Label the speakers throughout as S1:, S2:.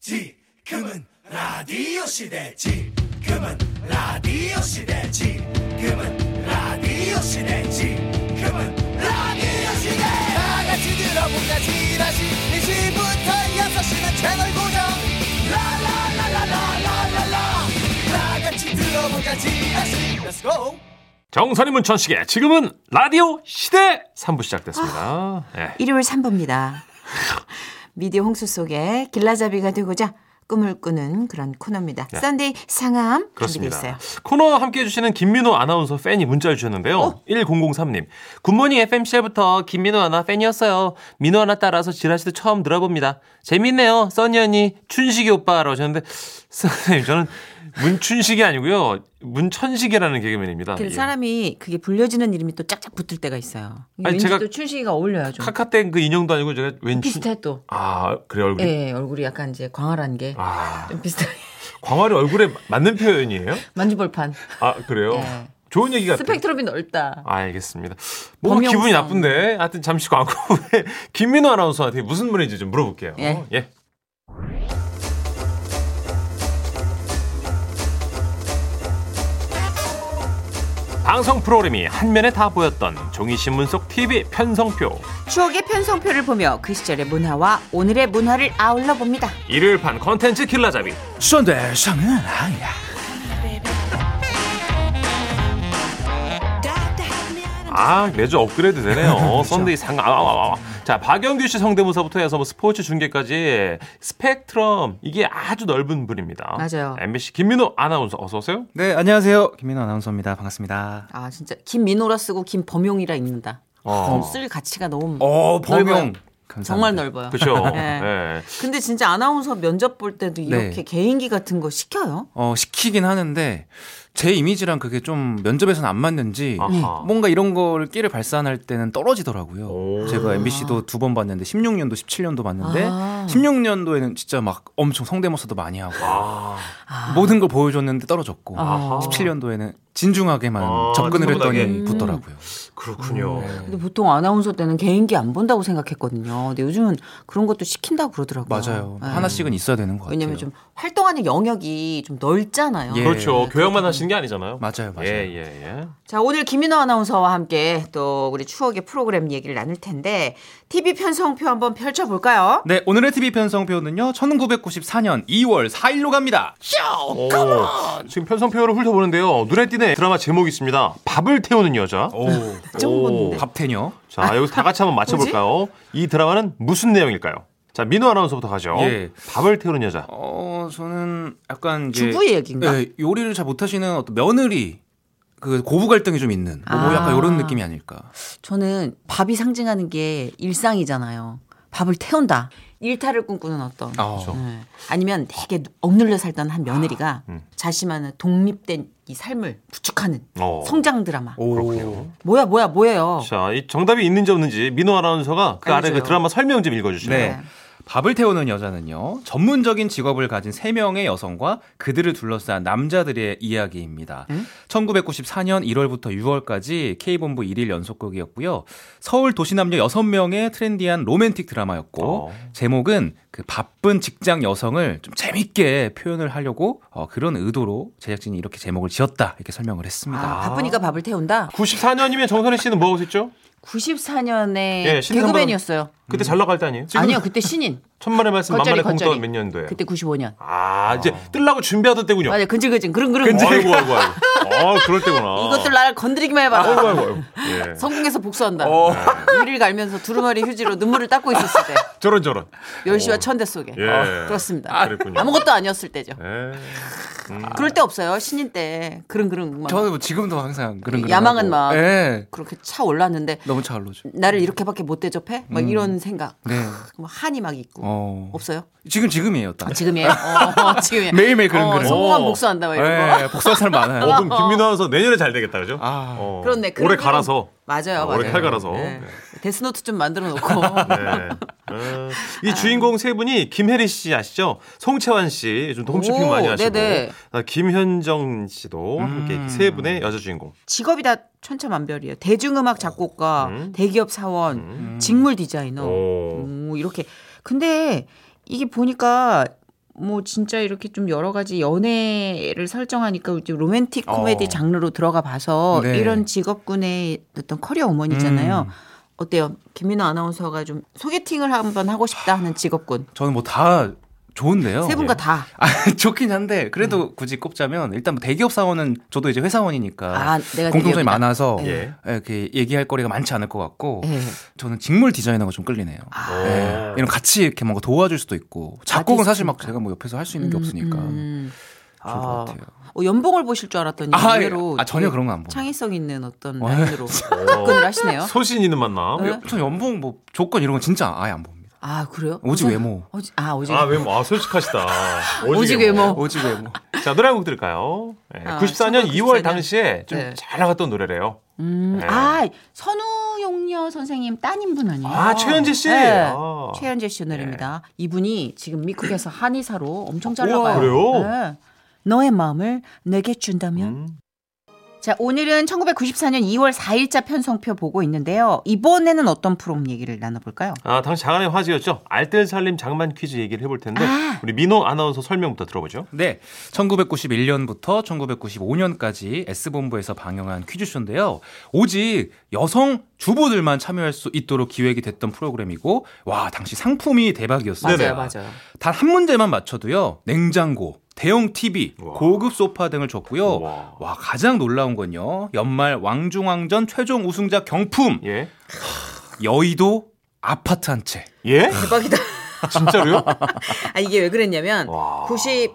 S1: 지금은 라디오 시대 지금은 라디오 시대 지금은 라디오 시대 지금은 라디오 시대 다 같이 들어보자 지라시 네 1시부터 6시는 채널 고정 라라라라라라라라 다 같이 들어보자 지라시 Let's go
S2: 정선이 문천식의 지금은 라디오 시대 3부
S3: 아,
S2: 시작됐습니다. 예.
S3: 일요일 3부입니다. 미디어 홍수 속에 길라잡이가 되고자 꿈을 꾸는 그런 코너입니다. 썬데이 상암
S2: 네. 그렇습니다.
S3: 준비됐어요.
S2: 코너 함께 해주시는 김민호 아나운서 팬이 문자를 주셨는데요.
S3: 어?
S2: 1003님. 굿모닝 FMC부터 김민호 아나 팬이었어요. 민호 아나 따라서 지라시도 처음 들어봅니다. 재밌네요. 써니 언니, 춘식이 오빠라고 하셨는데, 선생님, 저는 문춘식이 아니고요. 문천식이라는 개그맨입니다.
S3: 그
S2: 예.
S3: 사람이 그게 불려지는 이름이 또 짝짝 붙을 때가 있어요. 이게
S2: 아니,
S3: 왠지
S2: 제가
S3: 또 춘식이가 어울려요 좀.
S2: 카카땡 그 인형도 아니고 제가 왠 춘-
S3: 비슷해 또.
S2: 아, 그래, 얼굴이.
S3: 예, 얼굴이 약간 이제 광활한 게 좀
S2: 아,
S3: 비슷해.
S2: 광활이 얼굴에 맞는 표현이에요?
S3: 만주볼판.
S2: 아, 그래요?
S3: 예.
S2: 좋은 얘기 같아요.
S3: 스펙트럼이 넓다.
S2: 아, 알겠습니다. 뭔가
S3: 범용성.
S2: 기분이 나쁜데. 하여튼 잠시 광고 후에 김민호 아나운서한테 무슨 분인지 좀 물어볼게요.
S3: 예.
S2: 방송 프로그램이 한 면에 다 보였던 종이신문 속 TV 편성표.
S3: 추억의 편성표를 보며 그 시절의 문화와 오늘의 문화를 아울러 봅니다.
S2: 일요일 판 컨텐츠 킬라잡이.
S1: 썬데 상은 아니야
S2: 아 매주 업그레이드 되네요. 썬데이 상. 아, 아, 아, 아. 자 박영규 씨 성대모사부터 해서 뭐 스포츠 중계까지 스펙트럼 이게 아주 넓은 분입니다.
S3: 맞아요.
S2: MBC 김민호 아나운서 어서 오세요.
S4: 네, 안녕하세요. 김민호 아나운서입니다. 반갑습니다.
S3: 아 진짜 김민호라 쓰고 김범용이라 읽는다.
S2: 어.
S3: 쓸 가치가 너무
S4: 어,
S3: 넓어요. 정말 넓어요.
S2: 그렇죠.
S3: 네.
S2: 네.
S3: 근데 진짜 아나운서 면접 볼 때도 이렇게
S4: 네.
S3: 개인기 같은 거 시켜요?
S4: 어, 시키긴 하는데 제 이미지랑 그게 좀 면접에서는 안 맞는지
S3: 네.
S2: 아하.
S4: 뭔가 이런 걸 끼를 발산할 때는 떨어지더라고요.
S2: 오.
S4: 제가 MBC도 두 번 봤는데 16년도 17년도 봤는데
S3: 아.
S4: 16년도에는 진짜 막 엄청 성대모사도 많이 하고
S2: 아,
S4: 모든 걸 보여줬는데 떨어졌고
S3: 아하. 음.
S4: 17년도에는 진중하게만
S2: 아,
S4: 접근을
S2: 차분하게. 음.
S4: 했더니 붙더라고요.
S2: 그렇군요.
S3: 근데 보통 아나운서 때는 개인기 안 본다고 생각했거든요. 근데 요즘은 그런 것도 시킨다고 그러더라고요.
S4: 맞아요.
S3: 네.
S4: 하나씩은 있어야 되는 것 같아요.
S3: 왜냐면 좀 활동하는 영역이 좀 넓잖아요.
S4: 예.
S2: 그렇죠. 교양만 하시는 게 아니잖아요.
S4: 맞아요, 맞아요.
S2: 예, 예, 예.
S3: 자, 오늘 김민호 아나운서와 함께 또 우리 추억의 프로그램 얘기를 나눌 텐데 TV 편성표 한번 펼쳐 볼까요?
S4: 네, 오늘의 TV 편성표는요. 1994년 2월 4일로 갑니다.
S2: 오, 어, 지금 편성표를 훑어보는데요. 눈에 띄는 드라마 제목이 있습니다. 밥을 태우는 여자.
S4: 네.
S3: 처음 어, 봤는데.
S4: 밥테녀.
S2: 자, 여기서 다 같이 한번 맞춰볼까요? 이 드라마는 무슨 내용일까요? 자, 민호 아나운서부터 가죠.
S4: 예.
S2: 밥을 태우는 여자.
S4: 어, 저는 약간 이제
S3: 주부의 얘기인가?
S4: 예, 요리를 잘 못하시는 어떤 며느리 그 고부 갈등이 좀 있는 뭐
S3: 아.
S4: 약간 이런 느낌이 아닐까.
S3: 저는 밥이 상징하는 게 일상이잖아요. 밥을 태운다. 일탈을 꿈꾸는 어떤.
S4: 아,
S2: 그렇죠.
S3: 네. 아니면 되게 억눌려 살던 한 며느리가
S2: 아, 음.
S3: 자신만의 독립된 이 삶을 구축하는
S2: 어.
S3: 성장 드라마.
S4: 오.
S3: 뭐야 뭐야 뭐예요.
S2: 자, 이 정답이 있는지 없는지 민호 아나운서가 그 아래
S3: 알려줘요.
S2: 그 드라마 설명 좀 읽어주시면.
S4: 네. 밥을 태우는 여자는요, 전문적인 직업을 가진 세명의 여성과 그들을 둘러싼 남자들의 이야기입니다. 1994년 1월부터 6월까지 K본부 1일 연속극이었고요. 서울 도시남녀 6명의 트렌디한 로맨틱 드라마였고,
S2: 어.
S4: 제목은 그 바쁜 직장 여성을 좀 재밌게 표현을 하려고 어, 그런 의도로 제작진이 이렇게 제목을 지었다. 이렇게
S3: 아,
S4: 설명을 했습니다.
S3: 바쁘니까 밥을 태운다.
S2: 94년이면 정선혜 씨는 뭐 하고 있었죠?
S3: 94년에
S2: 예, 신인 한번-
S3: 개그맨이었어요.
S2: 그때 잘 나갈 때 아니에요?
S3: 아니요 그때 신인.
S2: 천만의 말씀
S3: 겉절이,
S2: 만만의 공돈
S3: 겉절이.
S2: 몇 년도에?
S3: 그때 95년.
S2: 아, 이제 뜰라고 준비하던 때군요.
S3: 맞아 요 근질근질 그릉 그릉.
S2: 아이고, 아이고, 아이고. 아, 그럴 때구나.
S3: 이것들 나를 건드리기만 해봐.
S2: 아이고, 아이고, 아이고. 예.
S3: 성공해서 복수한다.
S2: 어.
S3: 이를 갈면서 두루마리 휴지로 눈물을 닦고 있었을 때.
S2: 저런, 저런.
S3: 열시와 천대 속에
S2: 예.
S3: 아, 그렇습니다.
S2: 아, 그랬군요.
S3: 아무것도 아니었을 때죠.
S2: 예.
S3: 그럴 때 없어요. 신인 때 그런 그런 막
S4: 저는 뭐 지금도 항상 그런 그런
S3: 아, 야망은 막.
S4: 예.
S3: 그렇게 차 올랐는데
S4: 너무 잘 올라죠.
S3: 나를 이렇게밖에 못 대접해? 막 이런 생각.
S4: 네.
S3: 크, 뭐 한이 막 있고
S4: 어.
S3: 없어요?
S4: 지금 지금이에요, 딱.
S3: 아, 지금이에요. 어, 지금이에요.
S4: 매일매일 그런
S3: 어,
S4: 그런.
S3: 성공한
S2: 오.
S3: 복수한다 막 이런 거.
S4: 예, 복수할 사람 많아요.
S2: 어, 그럼 김민호 아나운서 내년에 잘 되겠다, 그죠?
S4: 아.
S2: 어,
S3: 그렇네. 그런
S2: 올해
S3: 그런-
S2: 갈아서.
S3: 맞아요. 맞아요.
S2: 올해 칼 갈아서.
S3: 네.
S2: 네.
S3: 데스노트 좀 만들어 놓고.
S2: 네. 어, 이 주인공 세 분이 김혜리 씨 아시죠? 송채환 씨, 요즘 또 홈쇼핑
S3: 오,
S2: 많이 하시고.
S3: 네네. 음.
S2: 아, 김현정 씨도 함께 세 분의 여자 주인공.
S3: 직업이 다 천차만별이에요. 대중음악 작곡가, 대기업 사원, 직물 디자이너.
S4: 어.
S2: 오.
S3: 오, 이렇게. 근데 이게 보니까 뭐 진짜 이렇게 좀 여러 가지 연애를 설정하니까 이제 로맨틱 코미디
S4: 어.
S3: 장르로 들어가 봐서
S4: 네.
S3: 이런 직업군의 어떤 커리어 어머니잖아요.
S4: 음.
S3: 어때요? 김민호 아나운서가 좀 소개팅을 한번 하고 싶다 하는 직업군.
S4: 저는 뭐 다 좋은데요.
S3: 세 분과 음. 다.
S4: 아, 좋긴 한데 그래도 굳이 꼽자면 일단 뭐 대기업 사원은 저도 이제 회사원이니까
S3: 아, 내가
S4: 공통점이
S3: 대기업이다.
S4: 많아서
S2: 예.
S4: 예, 이렇게 얘기할 거리가 많지 않을 것 같고
S3: 예.
S4: 저는 직물 디자이너가 좀 끌리네요.
S3: 아,
S4: 예,
S2: 오.
S4: 이런 같이 이렇게 뭔가 도와줄 수도 있고 작곡은 사실 막
S3: 있으니까.
S4: 제가 뭐 옆에서 할 수 있는 게 없으니까
S3: 음.
S4: 좋을 것 같아요.
S3: 어, 연봉을 보실 줄 알았더니
S4: 아, 예.
S3: 의외로
S4: 아, 전혀
S3: 되게
S4: 그런 거 안 보고.
S3: 창의성 있는 어떤
S4: 와.
S3: 라인으로 접근을 하시네요.
S2: 소신 있는 만남.
S3: 네.
S4: 예, 저 연봉 뭐 조건 이런 건 진짜 아예 안 봅니다.
S3: 아 그래요?
S4: 오직
S3: 우선-
S4: 외모.
S3: 오지- 아 오직
S2: 아, 외모. 아, 솔직하시다.
S3: 오직 외모.
S4: 오직 외모.
S2: 자, 노래 한 곡 들을까요? 예,
S3: 아,
S2: 94년
S3: 1994년.
S2: 2월 당시에 좀
S3: 네.
S2: 잘 나갔던 노래래요.
S3: 음,
S2: 네.
S3: 아 선우용녀 선생님 따님분 아니에요?
S2: 아, 최현지 씨.
S3: 네.
S2: 아. 네.
S3: 최현재 씨 노래입니다. 이분이 지금 미국에서 한의사로 엄청 잘
S4: 우와,
S3: 나가요.
S2: 아, 그래요?
S3: 네. 너의 마음을 내게 준다면.
S2: 음.
S3: 자 오늘은 1994년 2월 4일자 편성표 보고 있는데요. 이번에는 어떤 프롬 얘기를 나눠볼까요?
S2: 아, 당시 장안의 화제였죠. 알뜰살림 장만 퀴즈 얘기를 해볼 텐데
S3: 아.
S2: 우리 민호 아나운서 설명부터 들어보죠.
S4: 네, 1991년부터 1995년까지 S본부에서 방영한 퀴즈쇼인데요. 오직 여성 주부들만 참여할 수 있도록 기획이 됐던 프로그램이고, 와, 당시 상품이 대박이었어요.
S2: 네네.
S3: 맞아요.
S4: 단 한 문제만 맞춰도요, 냉장고, 대형 TV,
S2: 우와.
S4: 고급 소파 등을 줬고요.
S2: 우와.
S4: 와, 가장 놀라운 건요, 연말 왕중왕전 최종 우승자 경품,
S2: 예.
S4: 여의도 아파트 한 채.
S2: 예?
S3: 대박이다.
S2: 진짜로요?
S3: 아, 이게 왜 그랬냐면
S2: 와.
S3: 92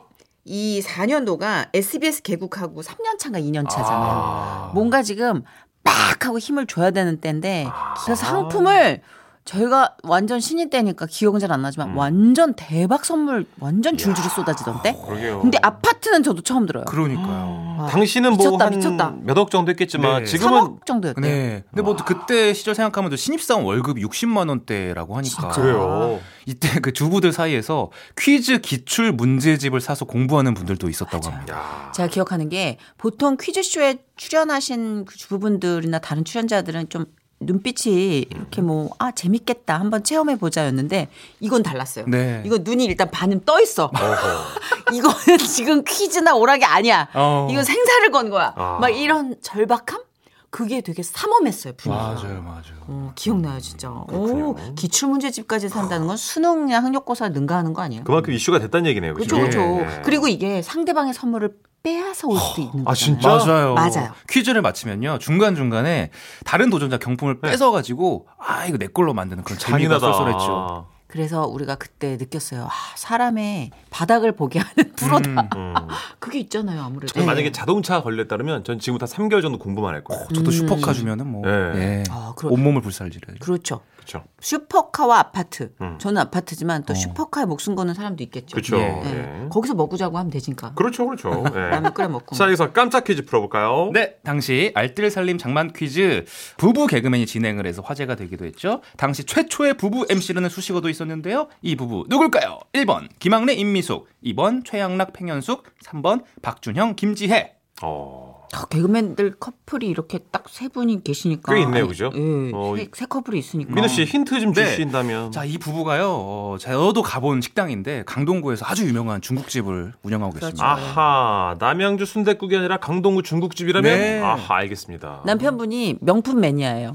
S3: 4년도가 SBS 개국하고 3년 차가 2년 차잖아요.
S2: 아.
S3: 뭔가 지금 빡 하고 힘을 줘야 되는 때인데
S2: 아.
S3: 그래서 상품을 저희가 완전 신인 때니까 기억은 잘 안 나지만 완전 대박 선물 완전 줄줄이 쏟아지던 때.
S2: 음. 그러게요. 음,
S3: 근데 아파트는 저도 처음 들어요.
S4: 그러니까요.
S3: 와,
S2: 당신은
S3: 미쳤다,
S2: 뭐
S3: 미쳤다.
S2: 한 몇 억 정도 했겠지만
S4: 네.
S2: 지금은
S3: 3억 정도였대요.
S4: 네. 근데 뭐 그때 시절 생각하면 또 신입사원 월급 60만 원대라고 하니까.
S2: 그래요.
S4: 이때 그 주부들 사이에서 퀴즈 기출 문제집을 사서 공부하는 분들도 있었다고
S3: 아.
S4: 합니다.
S2: 야.
S3: 제가 기억하는 게 보통 퀴즈쇼에 출연하신 그 주부분들이나 다른 출연자들은 좀 눈빛이
S2: 음.
S3: 이렇게 뭐, 아, 재밌겠다. 한번 체험해보자였는데 이건 달랐어요.
S4: 네.
S3: 이거 눈이 일단 반은 떠 있어.
S2: 어허.
S3: 이거는 지금 퀴즈나 오락이 아니야.
S4: 어.
S3: 이건 생사를 건 거야.
S2: 아.
S3: 막 이런 절박함? 그게 되게 삼엄했어요, 분위기가.
S4: 맞아요, 맞아요.
S3: 어, 기억나요, 진짜. 오,
S2: 그렇군요.
S3: 기출문제집까지 산다는 건 수능이나 학력고사 능가하는 거 아니에요?
S2: 그만큼 이슈가 됐다는 얘기네요.
S3: 그렇죠,
S2: 그죠?
S3: 그렇죠.
S2: 예.
S3: 그리고 이게 상대방의 선물을 빼앗아 올 수도 있는 거잖아요.
S2: 아, 진짜?
S4: 맞아요.
S3: 맞아요.
S4: 퀴즈를 마치면요. 중간중간에 다른 도전자 경품을 뺏어 가지고 아, 이거 내 걸로 만드는 그런 재미가
S2: 잔인하다.
S4: 쏠쏠했죠.
S3: 그래서 우리가 그때 느꼈어요. 아, 사람의 바닥을 보게 하는 프로다.
S2: 음.
S3: 그게 있잖아요, 아무래도.
S2: 저는 만약에
S3: 예.
S2: 자동차 걸렸다면 전 지금부터 3개월 정도 공부만 할 거예요.
S4: 저도 슈퍼카 주면은 뭐
S2: 네.
S4: 예.
S3: 음. 아, 그럼-
S4: 온몸을 불살지르죠.
S3: 그렇죠.
S2: 그렇죠.
S3: 슈퍼카와 아파트.
S2: 음.
S3: 저는 아파트지만 또 슈퍼카에 목숨 거는 사람도 있겠죠.
S2: 그렇죠.
S4: 예.
S3: 예.
S2: 예.
S3: 거기서 먹자고 하면 되니까.
S2: 그렇죠. 그렇죠. 예.
S3: 라면 끓여 먹고.
S2: 자, 여기서 깜짝 퀴즈 풀어볼까요?
S4: 네, 당시 알뜰살림 장만 퀴즈 부부 개그맨이 진행을 해서 화제가 되기도 했죠. 당시 최초의 부부 MC라는 수식어도 있었는데요. 이 부부 누굴까요? 1번 김학래 임미숙, 2번 최양락 팽현숙, 3번 박준형 김지혜.
S2: 어.
S3: 아, 개그맨들 커플이 이렇게 딱 세 분이 계시니까.
S2: 꽤 있네요,
S3: 아니,
S2: 그죠?
S3: 예,
S2: 어,
S3: 세, 세 커플이 있으니까.
S2: 민호 씨 힌트 좀
S4: 네.
S2: 주신다면.
S4: 자, 이 부부가요. 어, 저도 가본 식당인데 강동구에서 아주 유명한 중국집을 운영하고
S3: 그렇죠.
S4: 계십니다.
S2: 아하 남양주 순대국이 아니라 강동구 중국집이라면
S4: 네.
S2: 아하 알겠습니다.
S3: 남편분이 명품 매니아예요.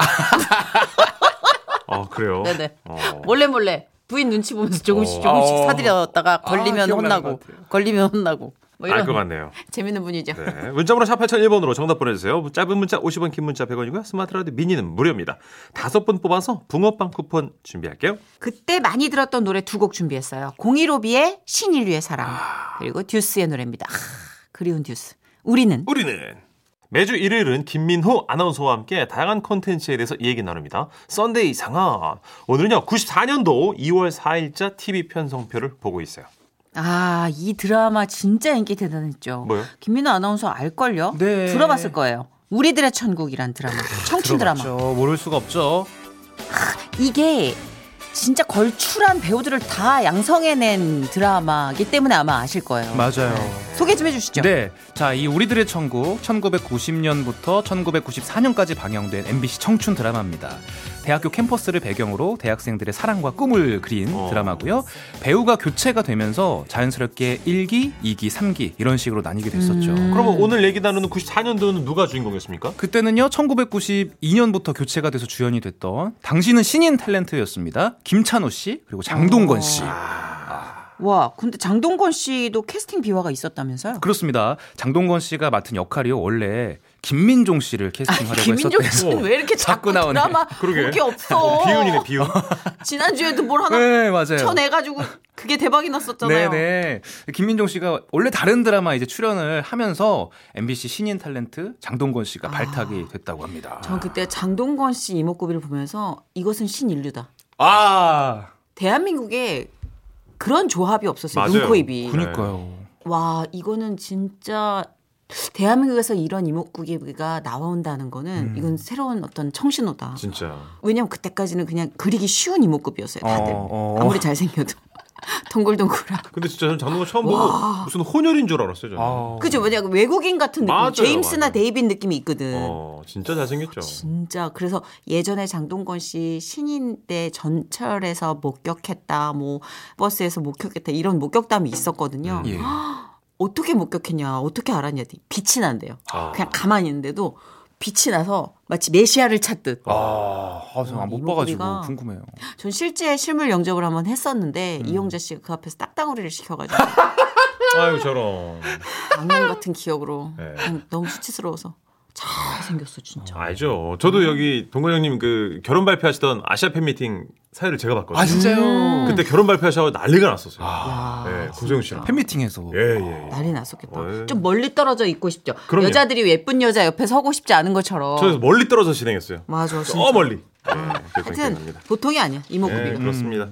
S2: 아 그래요.
S3: 네네. 뭐
S2: 어.
S3: 몰래 몰래 부인 눈치 보면서 조금씩
S2: 어.
S3: 조금씩
S4: 어.
S3: 사들였다가 걸리면
S4: 기억나는
S3: 혼나고
S4: 것 같아요.
S3: 걸리면 혼나고 뭐 이런
S2: 알 것 같네요.
S3: 재밌는 분이죠.
S2: 아, 네. 문자번호 샵 8001번으로 정답 보내주세요. 짧은 문자 50원, 긴 문자 100원이고요. 스마트 라디오 미니는 무료입니다. 다섯 분 뽑아서 붕어빵 쿠폰 준비할게요.
S3: 그때 많이 들었던 노래 두 곡 준비했어요. 015B의 신인류의 사랑 그리고 듀스의 노래입니다. 아, 그리운 듀스. 우리는
S2: 우리는 매주 일요일은 김민호 아나운서와 함께 다양한 콘텐츠에 대해서 얘기 나눕니다. 썬데이 상황. 오늘은요 94년도 2월 4일자 TV 편성표를 보고 있어요.
S3: 아 이 드라마 진짜 인기 대단했죠.
S2: 뭐요?
S3: 김민호 아나운서 알걸요?
S4: 네. 아,
S3: 들어봤을 거예요. 우리들의 천국이란 드라마. 청춘 드라마.
S4: 들어봤죠. 모를 수가 없죠.
S3: 이게 진짜 걸출한 배우들을 다 양성해낸 드라마이기 때문에 아마 아실 거예요.
S4: 맞아요.
S3: 소개 좀 해주시죠.
S4: 네. 자, 이 우리들의 천국 1990년부터 1994년까지 방영된 MBC 청춘 드라마입니다. 대학교 캠퍼스를 배경으로 대학생들의 사랑과 꿈을 그린
S2: 어.
S4: 드라마고요. 배우가 교체가 되면서 자연스럽게 1기, 2기, 3기 이런 식으로 나뉘게 됐었죠.
S3: 음.
S2: 그러면 오늘 얘기 나누는 94년도는 누가 주인공이었습니까?
S4: 그때는요 1992년부터 교체가 돼서 주연이 됐던 당신은 신인 탤런트였습니다 김찬호 씨 그리고
S3: 어.
S4: 장동건 씨 아,
S3: 와, 근데 장동건 씨도 캐스팅 비화가 있었다면서요?
S4: 그렇습니다 장동건 씨가 맡은 역할이요 원래 김민종 씨를 캐스팅하려고
S3: 아, 김민종
S4: 했었대요
S3: 씨는 왜 이렇게 자꾸
S4: 자꾸 나오네.
S3: 드라마
S2: 그러게.
S3: 볼게 없어?
S2: 비운이네 비운.
S3: 지난주에도 뭘 하나
S4: 네 맞아요
S3: 쳐내가지고 그게 대박이 났었잖아요.
S4: 네네. 김민종 씨가 원래 다른 드라마 이제 출연을 하면서 MBC 신인 탤런트 장동건
S3: 아.
S4: 씨가 발탁이 됐다고 합니다.
S3: 전 그때 장동건 씨 이목구비를 보면서 이것은 신인류다.
S4: 아,
S3: 대한민국에 그런 조합이 없었어요.
S2: 맞아요.
S3: 눈코입이.
S2: 군-
S4: 그니까요.
S3: 와 이거는 진짜 대한민국에서 이런 이목구비가 나온다는 거는 이건 새로운 어떤 청신호다.
S2: 음. 진짜.
S3: 왜냐면 그때까지는 그냥 그리기 쉬운 이목구비였어요. 다들
S4: 어, 어.
S3: 아무리 잘생겨도 동글동글하고.
S2: 근데 진짜 저는 장동건 처음 보고 무슨 혼혈인 줄 알았어요. 저는.
S4: 아.
S3: 그죠? 뭐냐 외국인 같은 느낌.
S2: 맞아요,
S3: 제임스나
S2: 맞아요.
S3: 데이빗 느낌이 있거든.
S2: 어 진짜 잘생겼죠.
S3: 진짜 그래서 예전에 장동건 씨 신인 때 전철에서 목격했다 뭐 버스에서 목격했다 이런 목격담이 있었거든요.
S2: 음.
S4: 예.
S3: 어떻게 목격했냐 어떻게 알았냐 했더니 빛이 난대요.
S2: 아.
S3: 그냥 가만히 있는데도 빛이 나서 마치 메시아를 찾듯.
S4: 아, 아, 저는 못 봐가지고
S3: 이목구비가-
S4: 궁금해요.
S3: 전 실제 실물 영접을 한번 했었는데
S2: 음.
S3: 이영자 씨가 그 앞에서 딱따구리를 시켜가지고
S2: 아유 저런.
S3: 악몽 같은 기억으로
S2: 네. 아.
S3: 그냥 너무 수치스러워서 잘 생겼어 진짜.
S2: 알죠. 저도 여기 동건 형님 그 결혼 발표하시던 아시아 팬 미팅 사회를 제가 봤거든요.
S3: 아,
S4: 진짜요?
S2: 아, 그때 결혼 발표하셔서 난리가 났었어요.
S3: 야,
S2: 예, 고소영 씨랑.
S4: 팬미팅에서.
S2: 예, 예. 예.
S3: 음. 난리 났었겠다.
S2: 어이.
S3: 좀 멀리 떨어져 있고 싶죠.
S2: 그럼요.
S3: 여자들이 예쁜 여자 옆에 서고 싶지 않은 것처럼.
S2: 저에서 멀리 떨어져 진행했어요.
S3: 맞아. 진짜.
S2: 저 멀리. 예, 그랬던 기억이
S3: 하여튼
S2: 납니다.
S3: 보통이 아니야 이목구비가.
S2: 예, 그렇습니다.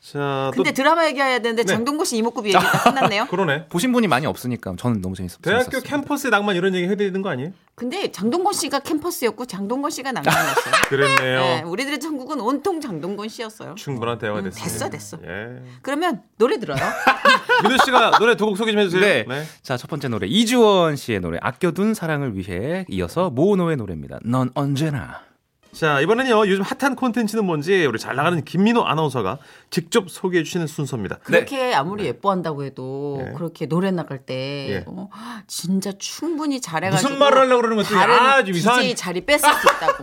S2: 자, 또 네.
S3: 근데 드라마 얘기해야 되는데 장동건 씨 이목구비 얘기 다 끝났네요.
S2: 그러네.
S4: 보신 분이 많이 없으니까 저는 너무 재밌었어요.
S2: 대학교 캠퍼스의 낭만 이런 얘기 해드리는 거 아니에요?
S3: 근데 장동건 씨가 캠퍼스였고 장동건 씨가 남편이었어요.
S2: 그랬네요.
S3: 네, 우리들의 천국은 온통 장동건 씨였어요.
S2: 충분한 대화가
S3: 음,
S2: 됐습니다.
S3: 됐어, 됐어.
S2: 예.
S3: 그러면 노래 들어요.
S2: 네. 민우 씨가 노래 두 곡 소개 좀 해주세요.
S4: 네. 자, 첫 번째 노래 이주원 씨의 노래 아껴둔 사랑을 위해 이어서 모노의 노래입니다. 넌 언제나.
S2: 자, 이번에는요, 요즘 핫한 콘텐츠는 뭔지 우리 잘 나가는 김민호 아나운서가 직접 소개해 주시는 순서입니다.
S3: 그렇게 아무리 예뻐한다고 해도
S2: 예.
S3: 그렇게 노래 나갈 때
S2: 네. 예.
S3: 어, 진짜 충분히 잘해가지고
S2: 무슨 말을 하려고 그러는 거지?
S3: 다른
S2: 아, 좀 이상한-
S3: DJ 자리 뺏을 수 있다고.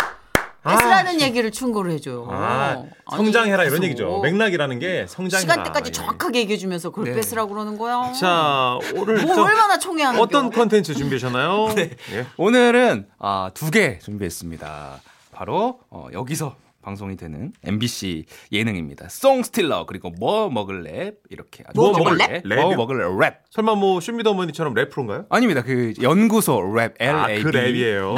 S3: 뺏으라는 얘기를 충고를 해줘요.
S2: 아,
S3: 어, 아니,
S2: 성장해라 이런
S3: 계속
S2: 얘기죠. 맥락이라는 게 성장해라.
S3: 시간대까지
S2: 예.
S3: 정확하게 얘기해주면서 그걸
S4: 네.
S3: 뺏으라고 그러는 거야.
S2: 자, 오늘
S3: 뭐
S2: 또
S3: 얼마나 총애하는 네.
S2: 어떤
S3: 겨.
S2: 콘텐츠 준비하셨나요? 예.
S4: 오늘은 아, 두 개 준비했습니다. 바로 어, 여기서 방송이 되는 MBC 예능입니다. 송스틸러 그리고 뭐 먹을래 이렇게 아주
S2: 뭐 먹을래?
S4: 찌질하게 뭐
S2: 랩이요?
S4: 먹을래 랩
S2: 설마 뭐 쇼미더머니처럼 래프로인가요?
S4: 아닙니다. 그 연구소 랩 L
S2: 아,
S4: A B
S2: 그 랩이에요.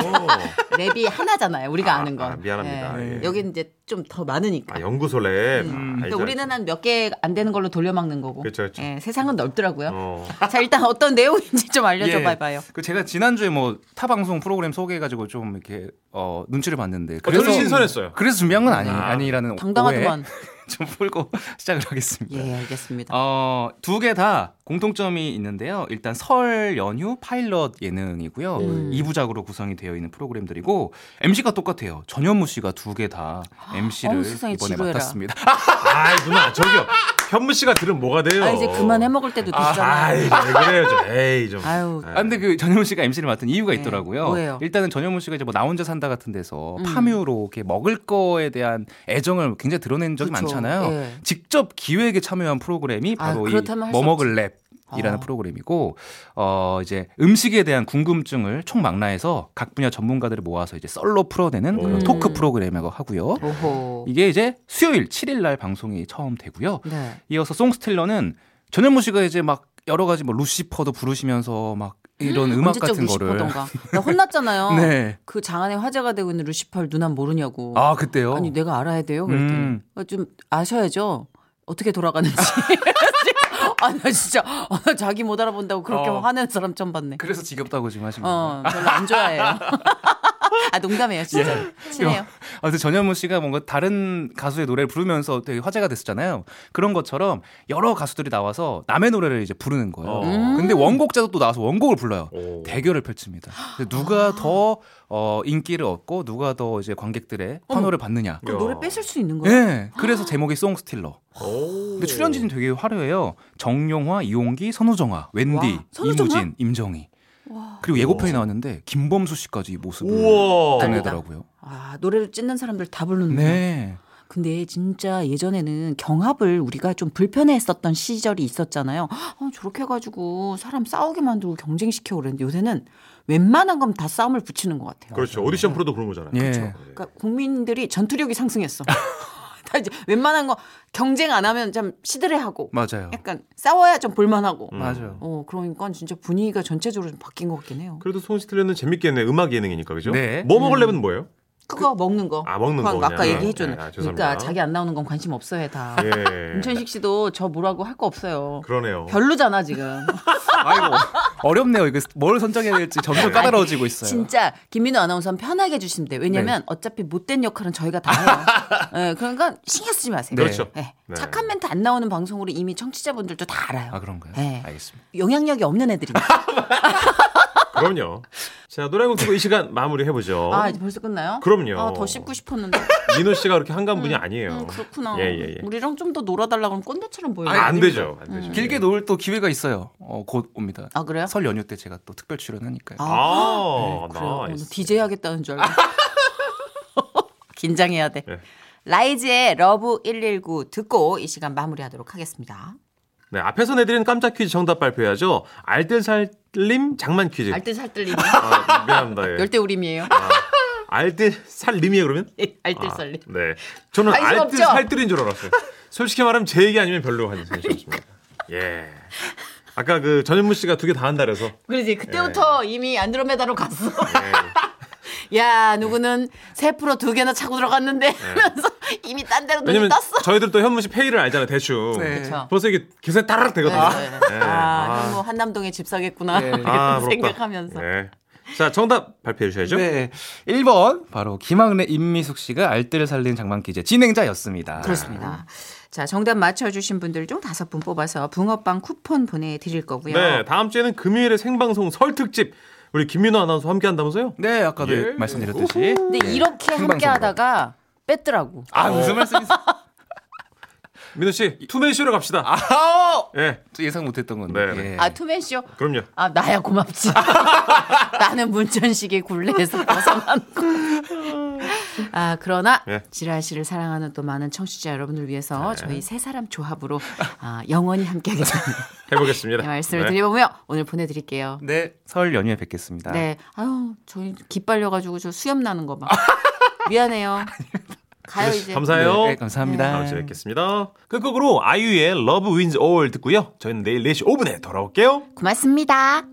S3: 랩이 하나잖아요. 우리가
S2: 아,
S3: 아는 건.
S2: 아, 미안합니다.
S3: 예.
S2: 예.
S3: 여긴 이제 좀 더 많으니까.
S2: 아, 연구소 랩. 아,
S3: 음, 근데
S2: 알죠,
S3: 우리는
S2: 알죠.
S3: 한 몇 개 안 되는 걸로 돌려막는 거고.
S2: 그쵸, 그쵸.
S3: 예, 세상은 넓더라고요.
S2: 어.
S3: 자 일단 어떤 내용인지 좀 알려줘
S4: 예.
S3: 봐봐요.
S4: 그 제가 지난주에 뭐 타 방송 프로그램 소개해가지고 좀 이렇게 어, 눈치를 봤는데
S2: 저는 신선했어요.
S4: 그래서 준비한 건 아니 아니라는
S3: 당당하더만.
S4: 오해 좀 풀고 시작을 하겠습니다.
S3: 예,
S2: 아,
S3: 알겠습니다.
S4: 어, 두 개 다 공통점이 있는데요. 일단 설 연휴 파일럿 예능이고요.
S3: 음.
S4: 이 2부작으로 구성이 되어 있는 프로그램들이고 MC가 똑같아요. 전현무 씨가 두 개 다 MC를
S3: 아, 어우, 세상에
S4: 이번에
S3: 지루해라.
S4: 맡았습니다.
S2: 아, 누나, 저기요. 현무 씨가 들으면 뭐가 돼요?
S3: 아 이제 그만 해 먹을 때도
S2: 어. 아,
S3: 됐잖아요.
S2: 이왜 그래요? 좀. 에이, 좀.
S3: 아유.
S4: 아, 근데 그 전현무 씨가 MC를 맡은 이유가
S3: 네,
S4: 있더라고요.
S3: 뭐예요? 음.
S4: 일단은 전현무 씨가 이제 뭐 나 혼자 산다 같은 데서 파묘로 이렇게 먹을 거에 대한 애정을 굉장히 드러낸 적이
S3: 그쵸.
S4: 많잖아요.
S3: 예.
S4: 직접 기획에 참여한 프로그램이
S3: 아,
S4: 바로
S3: 그렇다면 할수
S4: 이뭐 먹을 랩. 이라는
S3: 어.
S4: 프로그램이고 어 이제 음식에 대한 궁금증을 총망라해서 각 분야 전문가들을 모아서 이제 썰로 풀어내는 그런 토크 프로그램이라고 하고요.
S3: 네. 오호.
S4: 이게 이제 수요일 7일 날 방송이 처음 되고요.
S3: 네.
S4: 이어서 송스틸러는 전현무 씨가 이제 막 여러 가지 뭐 루시퍼도 부르시면서 막 이런 음악
S3: 언제적
S4: 같은 거를
S3: 루시퍼던가. 나 혼났잖아요.
S4: 네.
S3: 그 장안에 화제가 되고 있는 루시펄 누난 모르냐고.
S4: 아 그때요.
S3: 아니 네. 내가 알아야 돼요. 그랬더니
S4: 음.
S3: 어, 좀 아셔야죠. 어떻게 돌아가는지. 아나 진짜 아, 나 자기 못 알아본다고 그렇게
S4: 어.
S3: 화낸 사람 처음 봤네.
S4: 그래서 지겹다고 지금 하신 거예요.
S3: 어 별로 안 좋아해요. 아 농담이에요 진짜 친해요.
S4: 아, 그래서 전현무 씨가 뭔가 다른 가수의 노래를 부르면서 되게 화제가 됐었잖아요. 그런 것처럼 여러 가수들이 나와서 남의 노래를 이제 부르는 거예요.
S5: 어.
S4: 근데 원곡자도 또 나와서 원곡을 불러요.
S5: 오.
S4: 대결을 펼칩니다. 근데 누가
S3: 아.
S4: 더 어, 인기를 얻고 누가 더 이제 관객들의 환호를 받느냐.
S3: 그럼 노래 뺏을 수 있는
S4: 예.
S3: 거예요?
S4: 그래서 제목이 송스틸러. 근데 출연진이 되게 화려해요. 정용화, 이용기, 선우정아, 웬디,
S3: 와, 선우정아?
S4: 이무진, 임정희. 그리고 예고편이 나왔는데 김범수 씨까지 이 모습을
S5: 우와.
S4: 드러내더라고요.
S3: 아 노래를 찢는 사람들 다 부르는 네.
S4: 네.
S3: 근데 진짜 예전에는 경합을 우리가 좀 불편해했었던 시절이 있었잖아요. 아, 저렇게 해가지고 사람 싸우게 만들고 경쟁시켜 그랬는데 요새는 웬만한 건 다 싸움을 붙이는 것 같아요.
S2: 그렇죠. 오디션 프로도 그런 거잖아요. 그렇죠. 네.
S4: 예.
S3: 그러니까 국민들이 전투력이 상승했어. 다 이제 웬만한 거 경쟁 안 하면 좀 시들해하고
S4: 맞아요.
S3: 약간 싸워야 좀 볼만하고.
S2: 음.
S4: 맞아요.
S3: 어 그러니까 진짜 분위기가 전체적으로 좀 바뀐 것 같긴 해요.
S2: 그래도 송시틀레는 재밌겠네. 음악 예능이니까 그죠?
S4: 네.
S2: 뭐 먹으려면 뭐예요?
S3: 그거 먹는 거.
S2: 아, 먹는
S3: 그거
S2: 거
S3: 아까
S2: 그냥.
S3: 얘기해줬네.
S2: 네, 아, 죄송합니다.
S3: 그러니까 자기 안 나오는 건 관심 없어 해 다.
S2: 예.
S3: 문천식 씨도 저 뭐라고 할 거 없어요.
S2: 그러네요.
S3: 별로잖아 지금.
S4: 아이고 어렵네요. 이거 뭘 선정해야 될지 점점 까다로워지고 있어요.
S3: 진짜 김민호 아나운서는 편하게 해주시면 돼. 왜냐면
S2: 네.
S3: 어차피 못된 역할은 저희가 다 해요. 예, 그러니까 신경 쓰지 마세요.
S2: 그렇죠.
S3: 예,
S2: 네.
S3: 착한 멘트 안 나오는 방송으로 이미 청취자분들도 다 알아요.
S4: 아 그런가요?
S3: 네.
S4: 알겠습니다.
S3: 영향력이 없는 애들이니까.
S2: 그럼요. 자, 노래 한곡 듣고 이 시간 마무리 해보죠.
S3: 아 이제 벌써 끝나요?
S2: 어? 그럼요.
S3: 아, 더 씹고 싶었는데.
S2: 민호 씨가 그렇게 한가한 분이 아니에요.
S3: 음, 그렇구나.
S2: 예, 예, 예.
S3: 우리랑 좀 더 놀아달라 그러면 꼰대처럼 보여요.
S2: 아, 안 되죠. 안 되죠.
S4: 길게 놀 또 기회가 있어요. 어, 곧 옵니다.
S3: 음. 아, 그래요?
S4: 설 연휴 때 제가 또 특별 출연하니까요.
S3: 아,
S2: 아,
S3: 그래요.
S2: 나이스.
S3: DJ 하겠다는 줄 알고. 긴장해야 돼.
S2: 예.
S3: 라이즈의 러브 119 듣고 이 시간 마무리하도록 하겠습니다.
S2: 네, 앞에서 내드린 깜짝 퀴즈 정답 발표해야죠. 알뜰살림 장만 퀴즈.
S3: 알뜰살뜰님.
S2: 아, 미안합니다. 예.
S3: 열대우림이에요.
S2: 알뜰살림이에요, 그러면?
S3: 알뜰살림.
S2: 아, 네. 저는
S3: 관심 없죠?
S2: 알뜰살뜰인 줄 알았어요. 솔직히 말하면 제 얘기 아니면 별로 관심 없습니다.
S3: 그러니까.
S2: 예. 아까 그 전현무 씨가 두 개 다 한다 그래서. 예.
S3: 그러지. 그때부터 이미 안드로메다로 갔어. 야, 누구는 세 프로 두 개나 차고 들어갔는데 하면서 이미 딴 데로 눈이
S2: 예. 왜냐면
S3: 떴어.
S2: 저희들 또 현무 씨 페이를 알잖아요, 대충.
S4: 네.
S3: 그쵸.
S2: 벌써 이게 계산이 따락 되거든요.
S3: 네.
S2: 예.
S3: 아, 현무 한남동에 집 사겠구나.
S4: 네.
S3: 이렇게
S2: 아, 부럽다.
S3: 생각하면서.
S2: 네. 자, 정답 발표해 주셔야죠.
S4: 네. 1번 바로 김학래 임미숙 씨가 알뜰을 살린 장만기제 진행자였습니다.
S3: 그렇습니다. 자, 정답 맞춰주신 분들 중 다섯 분 뽑아서 붕어빵 쿠폰 보내드릴 거고요.
S2: 네, 다음 주에는 금요일에 생방송 설 특집 우리 김민호 아나운서 함께 한다면서요?
S4: 네, 아까도
S2: 예.
S4: 말씀드렸듯이.
S3: 근데
S4: 예,
S3: 이렇게
S4: 생방송으로.
S3: 함께 하다가 뺐더라고.
S4: 아, 무슨 말씀이세요?
S2: 민호 씨, 투맨쇼로 갑시다.
S4: 아우!
S2: 예.
S4: 저 예상 못 했던 건데.
S2: 네, 네.
S4: 예.
S3: 아, 투맨쇼?
S2: 그럼요.
S3: 아, 나야 고맙지. 나는 문천식의 굴레에서 벗어난 거. 아, 그러나
S2: 예. 네.
S3: 지라시를 사랑하는 또 많은 청취자 여러분을 위해서 저희 세 사람 조합으로 아, 영원히 함께하겠습니다.
S2: 해보겠습니다.
S3: 네, 말씀을
S2: 네.
S3: 드려보며 오늘 보내드릴게요.
S4: 네, 설 연휴에 뵙겠습니다.
S3: 네. 아유, 저희 기빨려가지고 저 수염 나는 거 봐. 미안해요. 가요 이제.
S2: 감사해요.
S4: 네, 감사합니다.
S2: 다음 주에 뵙겠습니다. 네 끝곡으로 아이유의 Love Wins All 듣고요. 저희는 내일 4시 5분에 돌아올게요.
S3: 고맙습니다.